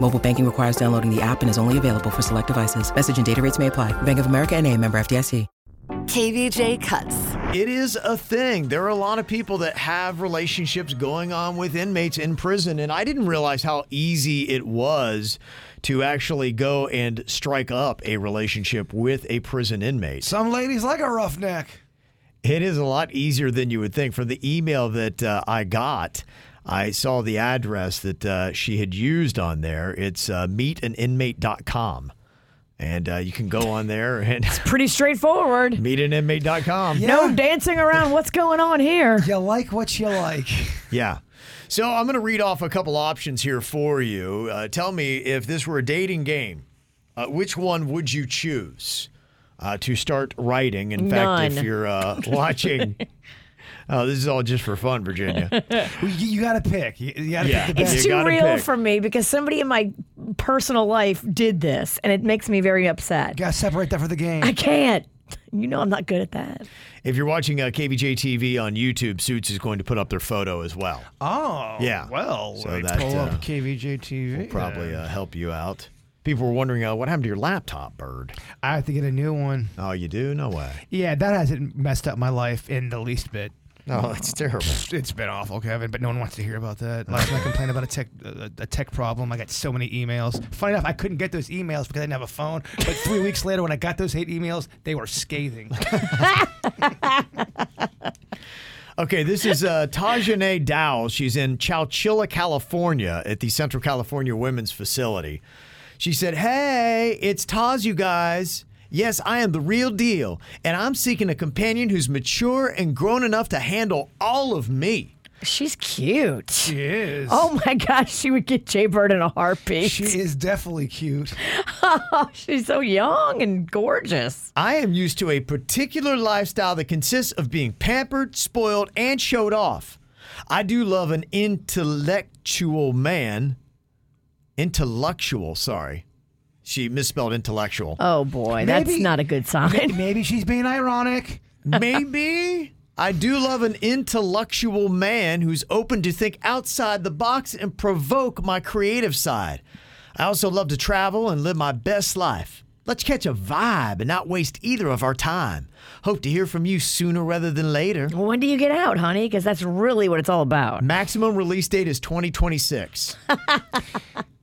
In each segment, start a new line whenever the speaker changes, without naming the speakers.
Mobile banking requires downloading the app and is only available for select devices. Message and data rates may apply. Bank of America and a member FDIC.
KVJ cuts.
It is a thing. There are a lot of people that have relationships going on with inmates in prison, and I didn't realize how easy it was to actually go and strike up a relationship with a prison inmate.
Some ladies like a roughneck.
It is a lot easier than you would think. From the email that uh, I got, I saw the address that uh, she had used on there. It's uh, meetaninmate.com. And uh, you can go on there and
Pretty straightforward.
meetaninmate.com.
No dancing around. What's going on here?
You like what you like.
Yeah. So I'm going to read off a couple options here for you. Uh, tell me if this were a dating game, uh, which one would you choose uh, to start writing? In fact, if
None.
you're uh, watching, oh, this is all just for fun, Virginia.
You, you got to pick. You, got to
Yeah.
pick the
It's
You
best.
too
gotta
real
pick.
for me because somebody in my personal life did this and it makes me very upset.
Got to separate that for the game.
I can't. You know I'm not good at that.
if you're watching uh, KVJ TV on YouTube, Suits is going to put up their photo as well.
Oh,
Yeah.
Well,
So
I
that,
pull
uh,
up KVJ TV.
Probably uh, help you out. People were wondering uh, what happened to your laptop, Bird.
I have to get a new one.
Oh, you do? No way.
Yeah, that hasn't messed up my life in the least bit.
Oh, that's terrible.
It's been awful, Kevin, but no one wants to hear about that. Last time I complained about a tech a, a tech problem, I got so many emails. Funny enough, I couldn't get those emails because I didn't have a phone. But three weeks later, when I got those hate emails, they were scathing.
Okay, this is uh, Tajane Dow. She's in Chowchilla, California, at the Central California Women's Facility. She said, Hey, it's Taz, you guys. Yes, I am the real deal, and I'm seeking a companion who's mature and grown enough to handle all of me.
She's cute.
she is.
Oh my gosh, she would get Jay Bird in a heartbeat.
she is definitely cute.
She's so young and gorgeous.
I am used to a particular lifestyle that consists of being pampered, spoiled, and showed off. I do love an intellectual man. Intellectual, sorry. She misspelled intellectual.
Oh boy, that's
Maybe-
not a good sign.
Maybe she's being ironic.
Maybe. I do love an intellectual man who's open to think outside the box and provoke my creative side. I also love to travel and live my best life. Let's catch a vibe and not waste either of our time. Hope to hear from you sooner rather than later.
Well, when do you get out, honey? Because that's really what it's all about.
Mm.
Maximum release date is 2026.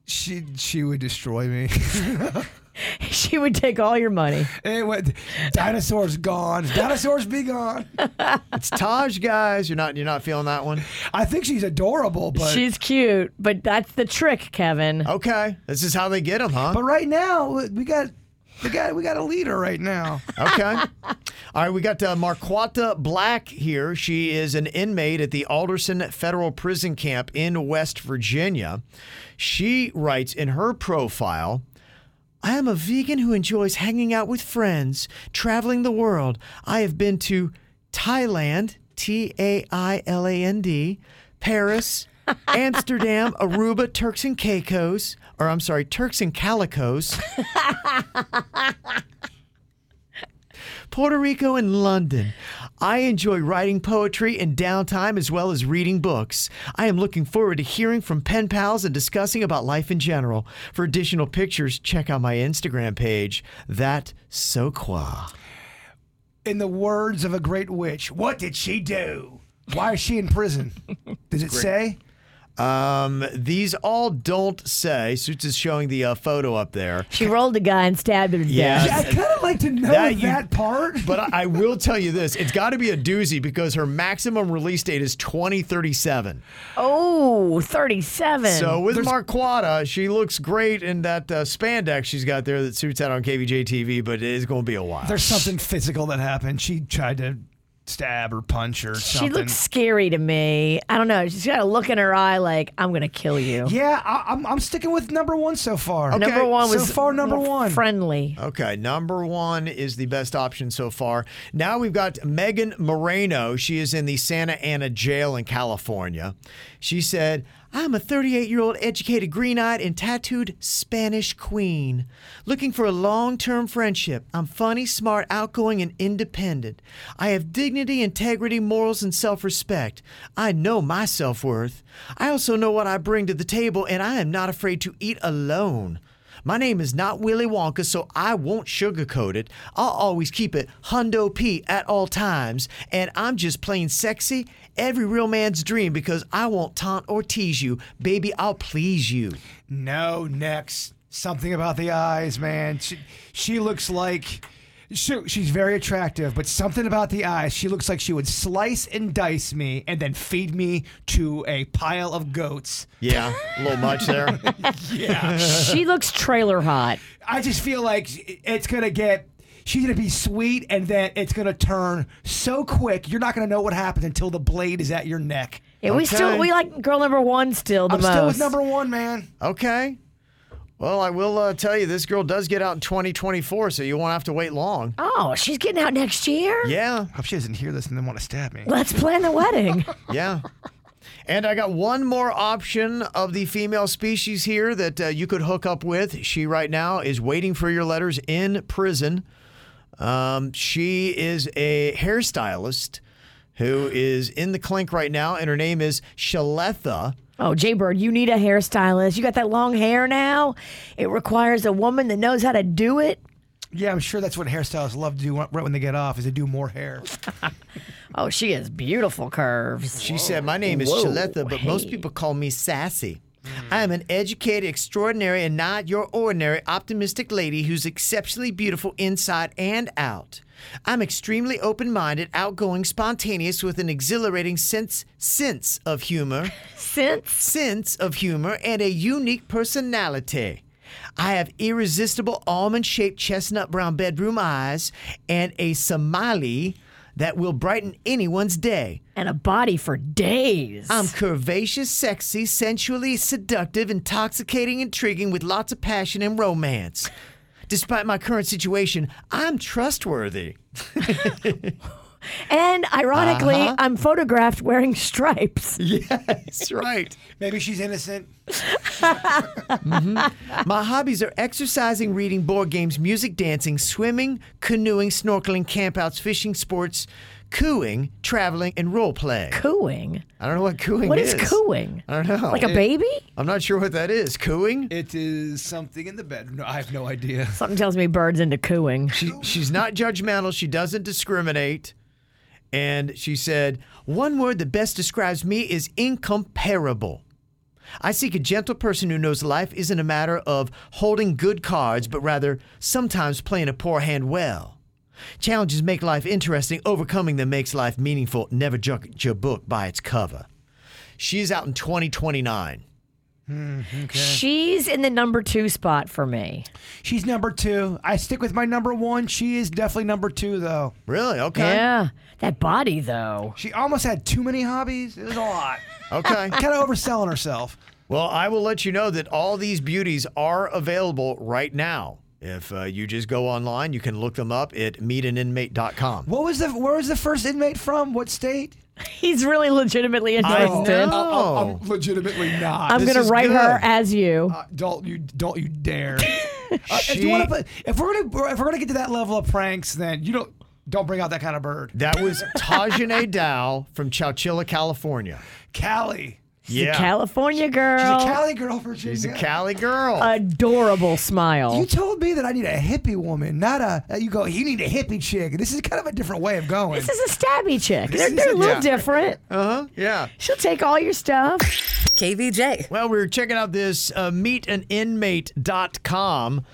She she would destroy me.
She would take all your money.
Hey, what? Dinosaurs gone. Dinosaurs be gone.
It's Taj, guys. You're not you're not feeling that one.
I think she's adorable, but
She's cute, but that's the trick, Kevin.
Okay, this is how they get them, huh?
but right now we got we got we got a leader right now.
Okay. All right, we got uh, Marquata Black here. She is an inmate at the Alderson Federal Prison Camp in West Virginia. She writes in her profile I am a vegan who enjoys hanging out with friends, traveling the world. I have been to Thailand, T A I L A N D, Paris, Amsterdam, Aruba, Turks and Caicos, or I'm sorry, Turks and Calicos. Puerto Rico and London. I enjoy writing poetry in downtime as well as reading books. I am looking forward to hearing from pen pals and discussing about life in general. For additional pictures, check out my Instagram page. That so qua.
In the words of a great witch, what did she do? Why is she in prison? Does it say?
Um, these all don't say. Suits is showing the uh, photo up there.
She rolled a guy and stabbed him to
Yeah.
death.
Yeah, I kind of like to know
That
that,
you-
part.
But I, I will tell you this: it's got to be a doozy because her maximum release date is 2037.
Oh, 37.
So with Marquata, she looks great in that uh, spandex she's got there that suits out on KVJ TV, but it is going to be a while.
There's something physical that happened. She tried to stab or punch or
she
something.
looks scary to me. I don't know. She's got a look in her eye like, I'm going to kill you.
Yeah, I, I'm, I'm sticking with number one so far.
Okay.
Number one
so
was
far number
more
one.
friendly.
Okay, number one is the best option so far. Now we've got Megan Moreno. She is in the Santa Ana jail in California. She said, I'm a 38 year old educated green eyed and tattooed Spanish queen looking for a long term friendship. I'm funny, smart, outgoing, and independent. I have dignity, integrity, morals, and self respect. I know my self worth. I also know what I bring to the table, and I am not afraid to eat alone. My name is not Willy Wonka, so I won't sugarcoat it. I'll always keep it hundo P at all times, and I'm just plain sexy, every real man's dream, because I won't taunt or tease you. Baby, I'll please you.
No, next. Something about the eyes, man. She, she looks like. She, she's very attractive, but something about the eyes. She looks like she would slice and dice me and then feed me to a pile of goats.
Yeah, a little much there.
she looks trailer hot.
I just feel like it's going to get. She's going to be sweet and then it's going to turn so quick. You're not going to know what happens until the blade is at your neck.
Yeah, we
Okay.
still we like girl number one still the
I'm
most.
still with number one, man.
Okay. Well, I will uh, tell you, this girl does get out in 2024, so you won't have to wait long.
oh, she's getting out next year.
Yeah,
I hope she doesn't hear this and then want to stab me.
Let's plan the wedding.
yeah. And I got one more option of the female species here that uh, you could hook up with. She right now is waiting for your letters in prison. Um, she is a hairstylist who is in the clink right now, and her name is Shaletha.
oh, Jaybird, you need a hairstylist. You got that long hair now. It requires a woman that knows how to do it.
Yeah, I'm sure that's what hairstylists love to do right when they get off is they do more hair.
Oh, she has beautiful curves.
She said, My name is
Whoa,
Shaletha, but most
hey. Hmm.
people call me Sassy. I am an educated, extraordinary, and not your ordinary optimistic lady who's exceptionally beautiful inside and out. I'm extremely open minded, outgoing, spontaneous, with an exhilarating sense sense of humor
Since
sense of humor and a unique personality. I have irresistible almond shaped chestnut brown bedroom eyes and a Somali that will brighten anyone's day.
and a body for days.
I'm curvaceous, sexy, sensually seductive, intoxicating, intriguing, with lots of passion and romance. Despite my current situation, I'm trustworthy.
and ironically, I'm photographed wearing stripes.
That's right.
Maybe she's innocent.
My hobbies are exercising, reading, board games, music, dancing, swimming, canoeing, snorkeling, campouts, fishing, sports, cooing, traveling, and role playing.
Cooing.
I don't know what cooing
What
is. Oh,
is cooing?
I don't know.
Like a baby?
I'm not sure what that is. Cooing?
It is something in the bedroom. No, I have no idea.
Something tells me birds into cooing.
She, she's not judgmental. She doesn't discriminate. And she said, One word that best describes me is incomparable. I seek a gentle person who knows life isn't a matter of holding good cards, but rather sometimes playing a poor hand well. Challenges make life interesting. Overcoming them makes life meaningful. Never judge your book by its cover. She's out in 2029.
She's in the number two spot for me.
She's number two. I stick with my number one. She is definitely number two, though.
Really? Okay.
Yeah. That body, though.
She almost had too many hobbies. It was a lot.
Okay.
kind of overselling herself.
Well, I will let you know that all these beauties are available right now. If uh, you just go online, you can look them up at meetaninmate.com.
What was the? Where was the first inmate from? What state?
He's really legitimately interested.
know. Oh.
Uh, I'm legitimately not.
I'm
This
going to
is
write
good.
her as you.
Uh, don't you don't you dare! Uh, if,
She-
you wanna put, if we're gonna if we're gonna get to that level of pranks, then you don't don't bring out that kind of bird,
That was Tajane Dow from Chowchilla, California.
Callie.
The California
She's
girl.
a Cali girl, Virginia.
She's a Cali girl.
Uh, Adorable smile.
You told me that I need a hippie woman, not a. uh, You go. You need a hippie chick. This is kind of a different way of going.
this is a stabby chick. They're,
is
they're
a
a little
different-
different.
uh huh. Uh-huh. Yeah.
She'll take all your stuff.
KVJ.
Well, we were checking out this uh, meetaninmate.com,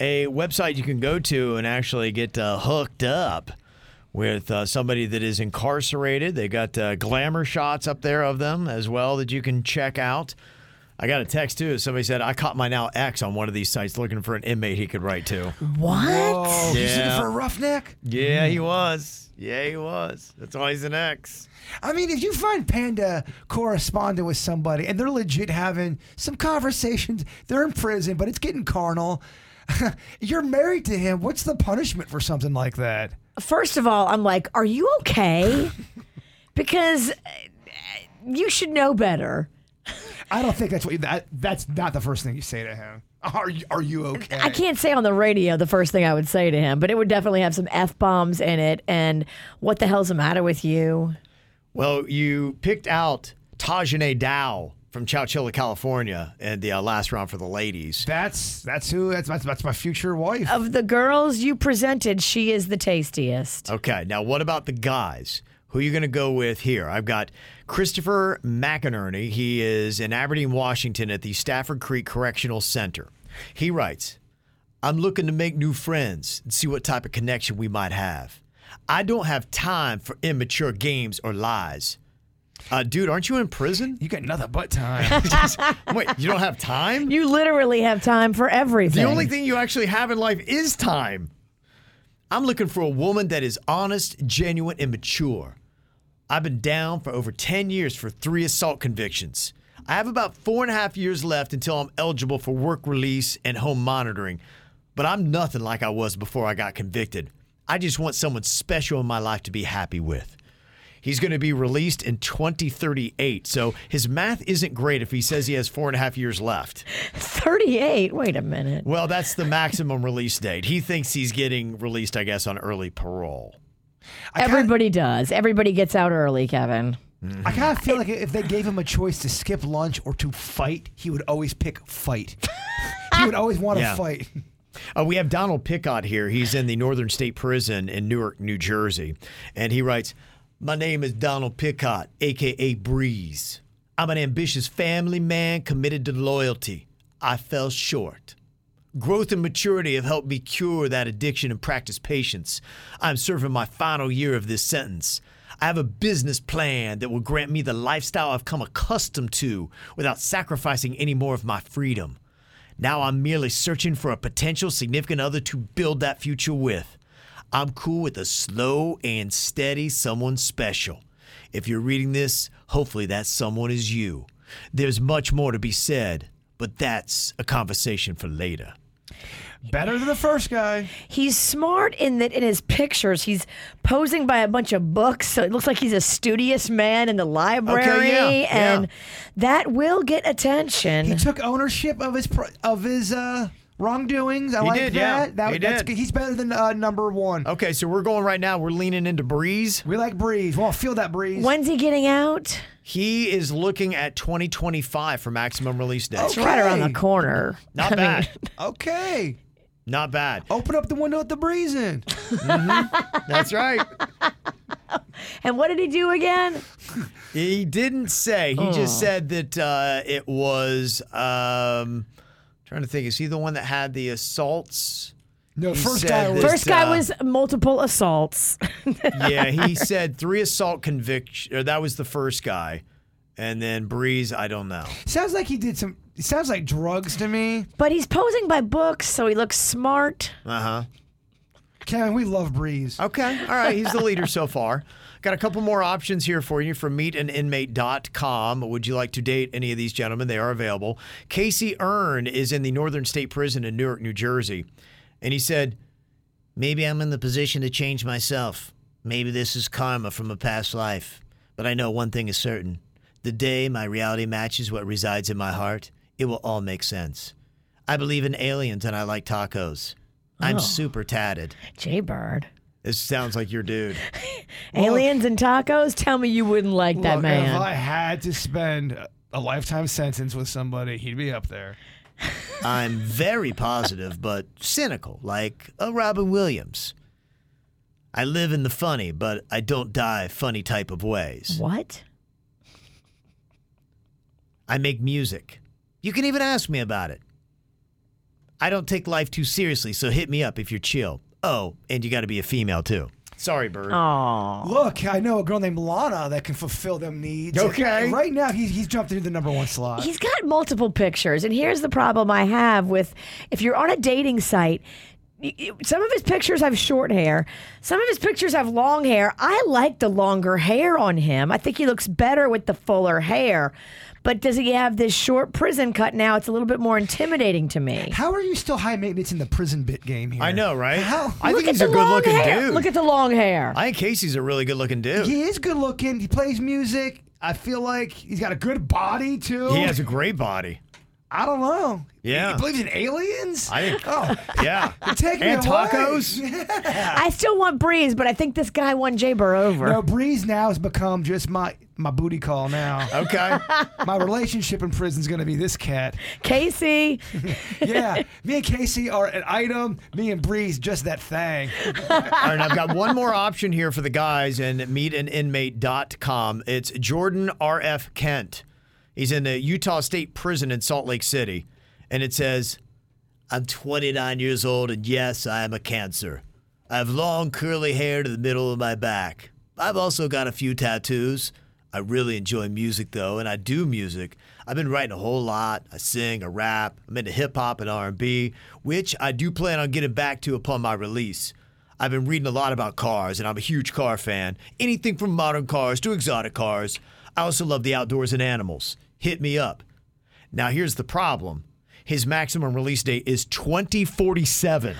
a website you can go to and actually get uh, hooked up with uh, somebody that is incarcerated. They got uh, glamour shots up there of them as well that you can check out. I got a text too. Somebody said, I caught my now ex on one of these sites looking for an inmate he could write to.
What?
Oh, he's looking
Yeah.
for a roughneck.
Yeah, he was. Yeah, he was. That's why he's an ex.
I mean, if you find Panda corresponding with somebody and they're legit having some conversations, they're in prison, but it's getting carnal. You're married to him. What's the punishment for something like that?
First of all, I'm like, are you okay? because uh, you should know better.
I don't think that's what that, that's not the first thing you say to him. Are you, are you okay?
I can't say on the radio the first thing I would say to him, but it would definitely have some F bombs in it. And what the hell's the matter with you?
Well, you picked out Tajane Dow from Chowchilla, California, and the uh, last round for the ladies.
That's that's who that's that's, that's my future wife.
Of the girls you presented, she is the tastiest.
Okay, now what about the guys? Who are you going to go with here? I've got Christopher McInerney. He is in Aberdeen, Washington at the Stafford Creek Correctional Center. He writes, I'm looking to make new friends and see what type of connection we might have. I don't have time for immature games or lies. Uh, dude, aren't you in prison?
You got nothing but time.
Wait, you don't have time?
You literally have time for everything.
The only thing you actually have in life is time. I'm looking for a woman that is honest, genuine, and mature. I've been down for over 10 years for three assault convictions. I have about four and a half years left until I'm eligible for work release and home monitoring, but I'm nothing like I was before I got convicted. I just want someone special in my life to be happy with. He's going to be released in 2038, so his math isn't great if he says he has four and a half years left.
38. Wait a minute.
Well, that's the maximum release date. He thinks he's getting released, I guess, on early parole.
I kinda-
Everybody does. Everybody gets out early, Kevin.
I kind of feel like if they gave him a choice to skip lunch or to fight, he would always pick fight. he would always want to
Yeah.
fight.
Uh, we have Donald Pickott here. He's in the Northern State Prison in Newark, New Jersey. And he writes My name is Donald Pickott, AKA Breeze. I'm an ambitious family man committed to loyalty. I fell short. Growth and maturity have helped me cure that addiction and practice patience. I'm serving my final year of this sentence. I have a business plan that will grant me the lifestyle I've come accustomed to without sacrificing any more of my freedom. Now I'm merely searching for a potential significant other to build that future with. I'm cool with a slow and steady someone special. If you're reading this, hopefully that someone is you. There's much more to be said, but that's a conversation for later.
Better than the first guy.
He's smart in that in his pictures, he's posing by a bunch of books, so it looks like he's a studious man in the library,
yeah.
and that will get attention.
He took ownership of his pro- of his uh, wrongdoings. I
He
like
did, yeah.
that. that
He
that's
did. Oh.
good. He's better than uh, number one.
Okay, so we're going right now. We're leaning into Breeze.
We like breeze. Well, feel that breeze.
When's he getting out?
He is looking at 2025 for maximum release date.
Oh,
It's right around the
Okay.
corner.
Not
I mean,
bad.
okay,
Not bad.
open up the window at the breeze in.
That's right.
and what did he do again?
He didn't say. He just said that uh, it was. Um, trying to think. Is he the one that had the assaults?
No,
He
first
said
guy.
this-
Was,
First guy
uh,
was multiple assaults.
Yeah, he said three assault conviction. Or that was the first guy, and then Breeze. I don't know.
sounds like he did some. It sounds like drugs to me.
But he's posing by books, so he looks smart.
Uh
Kevin, we love breeze.
huh. Okay. All right. He's the leader so far. Got a couple more options here for you from meetaninmate.com. Would you like to date any of these gentlemen? They are available. Casey Earn is in the Northern State Prison in Newark, New Jersey. And he said, Maybe I'm in the position to change myself. Maybe this is karma from a past life. But I know one thing is certain the day my reality matches what resides in my heart, it will all make sense. I believe in aliens and I like tacos. I'm super tatted.
Jaybird.
This sounds like your dude.
Aliens and tacos? Tell me you wouldn't like that
Look,
man.
If I had to spend a- a lifetime sentence with somebody, he'd be up there.
I'm very positive, but cynical, like a Robin Williams. I live in the funny, but I don't die funny type of ways.
What?
I make music. You can even ask me about it. I don't take life too seriously, so hit me up if you're chill. Oh, and you got to be a female too. Sorry, Bird.
Look, I know a girl named Lana that can fulfill them needs.
Okay.
And right now, he's, he's jumped into the number one slot.
He's got multiple pictures, and here's the problem I have with if you're on a dating site. y- y- Some of his pictures have short hair. Some of his pictures have long hair. I like the longer hair on him. I think he looks better with the fuller hair. But does he have this short prison cut now? It's a little bit more intimidating to me.
How are you still high maintenance in the prison bit game here?
I know, right?
How?
I
Look
think
at
he's
the
a good
long
looking
hair.
dude.
Look at the long hair.
I think Casey's a really good looking dude.
He is good looking. He plays music. I feel like he's got a good body too.
He has a great body.
I don't know.
Yeah.
He believes in aliens.
I think.
oh,
Yeah.
take me
and
away.
tacos.
I still want Breeze, but I think this guy won Jay Burr over.
No, Breeze now has become just my my booty call now.
Okay.
my relationship in prison's gonna be this cat.
Casey,
Yeah, me and Casey are an item. Me and Breeze just that thing.
All right, I've got one more option here for the guys and meetaninmate.com. It's Jordan R.F. Kent. He's in the Utah State Prison in Salt Lake City. And it says, I'm 29 years old, and yes, I am a cancer. I have long curly hair to the middle of my back. I've also got a few tattoos. I really enjoy music, though, and I do music. I've been writing a whole lot. I sing, I rap. I'm into hip hop and R&B, which I do plan on getting back to upon my release. I've been reading a lot about cars, and I'm a huge car fan. Anything from modern cars to exotic cars. I also love the outdoors and animals. Hit me up. Now, here's the problem his maximum release date is 2047.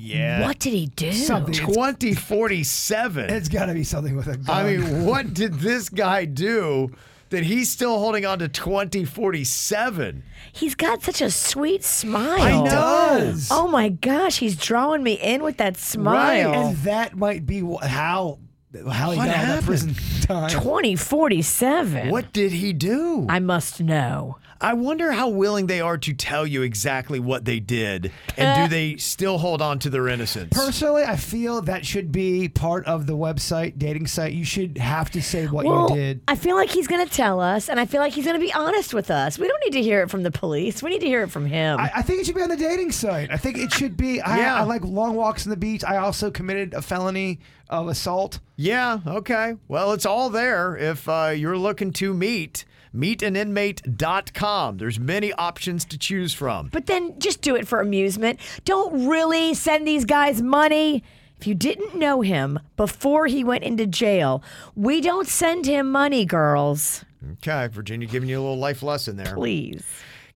Yeah.
what did he do?
Something. It's-
2047.
It's gotta be something with a gun.
I mean, what did this guy do that he's still holding on to 2047?
He's got such a sweet smile.
I know.
does.
Oh my gosh, he's drawing me in with that
Right,
smile.
and that might be wh- how how he
What
got all that
happened?
prison time.
2047.
What did he do?
I must know.
I wonder how willing they are to tell you exactly what they did,
Uh,
and do they still hold on to their innocence?
Personally, I feel that should be part of the website dating site. You should have to say what
well,
you did.
I feel like he's going to tell us, and I feel like he's going to be honest with us. We don't need to hear it from the police. We need to hear it from him.
I, I think it should be on the dating site. I think it should be. I,
Yeah.
I like long walks on the beach. I also committed a felony of assault.
Yeah, okay. Well, it's all there if uh, you're looking to meet. Meetaninmate.com. There's many options to choose from.
but then just do it for amusement. Don't really send these guys money. If you didn't know him before he went into jail, we don't send him money, girls.
Okay, Virginia giving you a little life lesson there.
Please.